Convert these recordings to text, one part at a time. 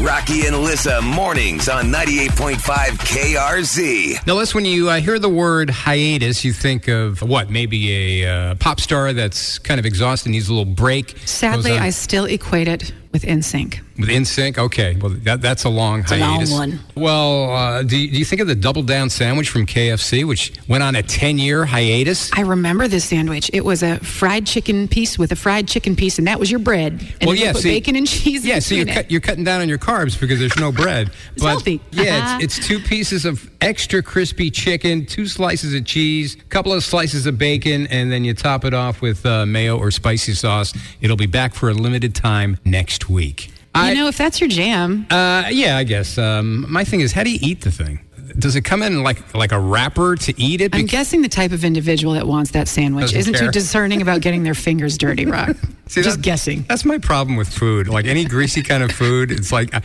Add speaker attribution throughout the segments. Speaker 1: Rocky and Alyssa mornings on 98.5 KRZ.
Speaker 2: Now, Les, when you uh, hear the word hiatus, you think of what? Maybe a uh, pop star that's kind of exhausted, needs a little break.
Speaker 3: Sadly,
Speaker 2: goes on
Speaker 3: I still equate it with NSYNC.
Speaker 2: with NSYNC. Okay, well that, that's a long
Speaker 3: a long
Speaker 2: hiatus.
Speaker 3: one.
Speaker 2: Well, uh, do, you- do you think of the double down sandwich from KFC, which went on a ten-year hiatus?
Speaker 3: I remember this sandwich. It was a fried chicken piece with a fried chicken piece, and that was your bread. And
Speaker 2: Well,
Speaker 3: then they
Speaker 2: yeah,
Speaker 3: put
Speaker 2: see-
Speaker 3: bacon and cheese.
Speaker 2: Yeah, so you're,
Speaker 3: between it.
Speaker 2: cut, you're cutting down on your carbs because there's no bread.
Speaker 3: It's healthy. Uh-huh.
Speaker 2: Yeah, it's, it's two pieces of extra crispy chicken, two slices of cheese, couple of slices of bacon, and then you top it off with uh, mayo or spicy sauce. It'll be back for a limited time next week. I,
Speaker 3: you know, if that's your jam,
Speaker 2: uh, yeah, I guess. Um, my thing is, how do you eat the thing? Does it come in like like a wrapper to eat it?
Speaker 3: I'm
Speaker 2: Bec-
Speaker 3: guessing the type of individual that wants that sandwich
Speaker 2: Doesn't
Speaker 3: isn't
Speaker 2: care.
Speaker 3: too discerning about getting their fingers dirty, Rock.
Speaker 2: See,
Speaker 3: Just
Speaker 2: that-
Speaker 3: guessing.
Speaker 2: That's my problem with food. Like any greasy kind of food, it's like. I-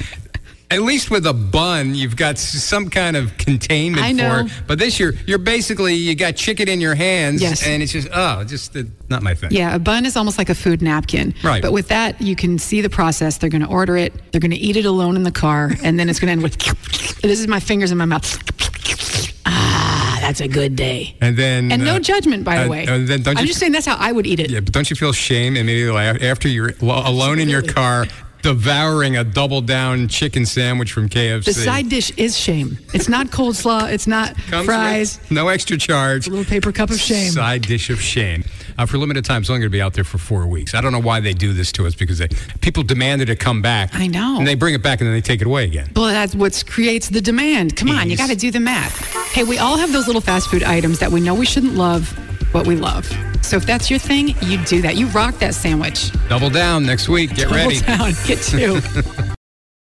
Speaker 2: At least with a bun, you've got s- some kind of containment
Speaker 3: I know.
Speaker 2: for it. But this, you're you're basically you got chicken in your hands,
Speaker 3: Yes.
Speaker 2: and it's just oh, just uh, not my thing.
Speaker 3: Yeah, a bun is almost like a food napkin.
Speaker 2: Right.
Speaker 3: But with that, you can see the process. They're going to order it. They're going to eat it alone in the car, and then it's going to end with this is my fingers in my mouth. Ah, that's a good day.
Speaker 2: And then
Speaker 3: And
Speaker 2: uh,
Speaker 3: no judgment, by
Speaker 2: uh,
Speaker 3: the way.
Speaker 2: And then don't
Speaker 3: I'm
Speaker 2: you
Speaker 3: just saying that's how I would eat it.
Speaker 2: Yeah, but don't you feel shame immediately af- after you're lo- alone in your car devouring a double down chicken sandwich from KFC?
Speaker 3: The side dish is shame. It's not coleslaw. It's not
Speaker 2: Comes with
Speaker 3: fries.
Speaker 2: no extra charge.
Speaker 3: A little paper cup of shame.
Speaker 2: Side dish of shame. Uh, for limited time, it's only going to be out there for four weeks. I don't know why they do this to us because they, people demand it to come back.
Speaker 3: I know.
Speaker 2: And they bring it back and then they take it away again.
Speaker 3: Well, that's what creates the demand. Come on, you
Speaker 2: Ease.
Speaker 3: got to do the math. Hey, we all have those little fast food items that we know we shouldn't love, but we love. So if that's your thing, you do that. You rock that sandwich.
Speaker 2: Double down next week. Get ready.
Speaker 3: Double down. Get two.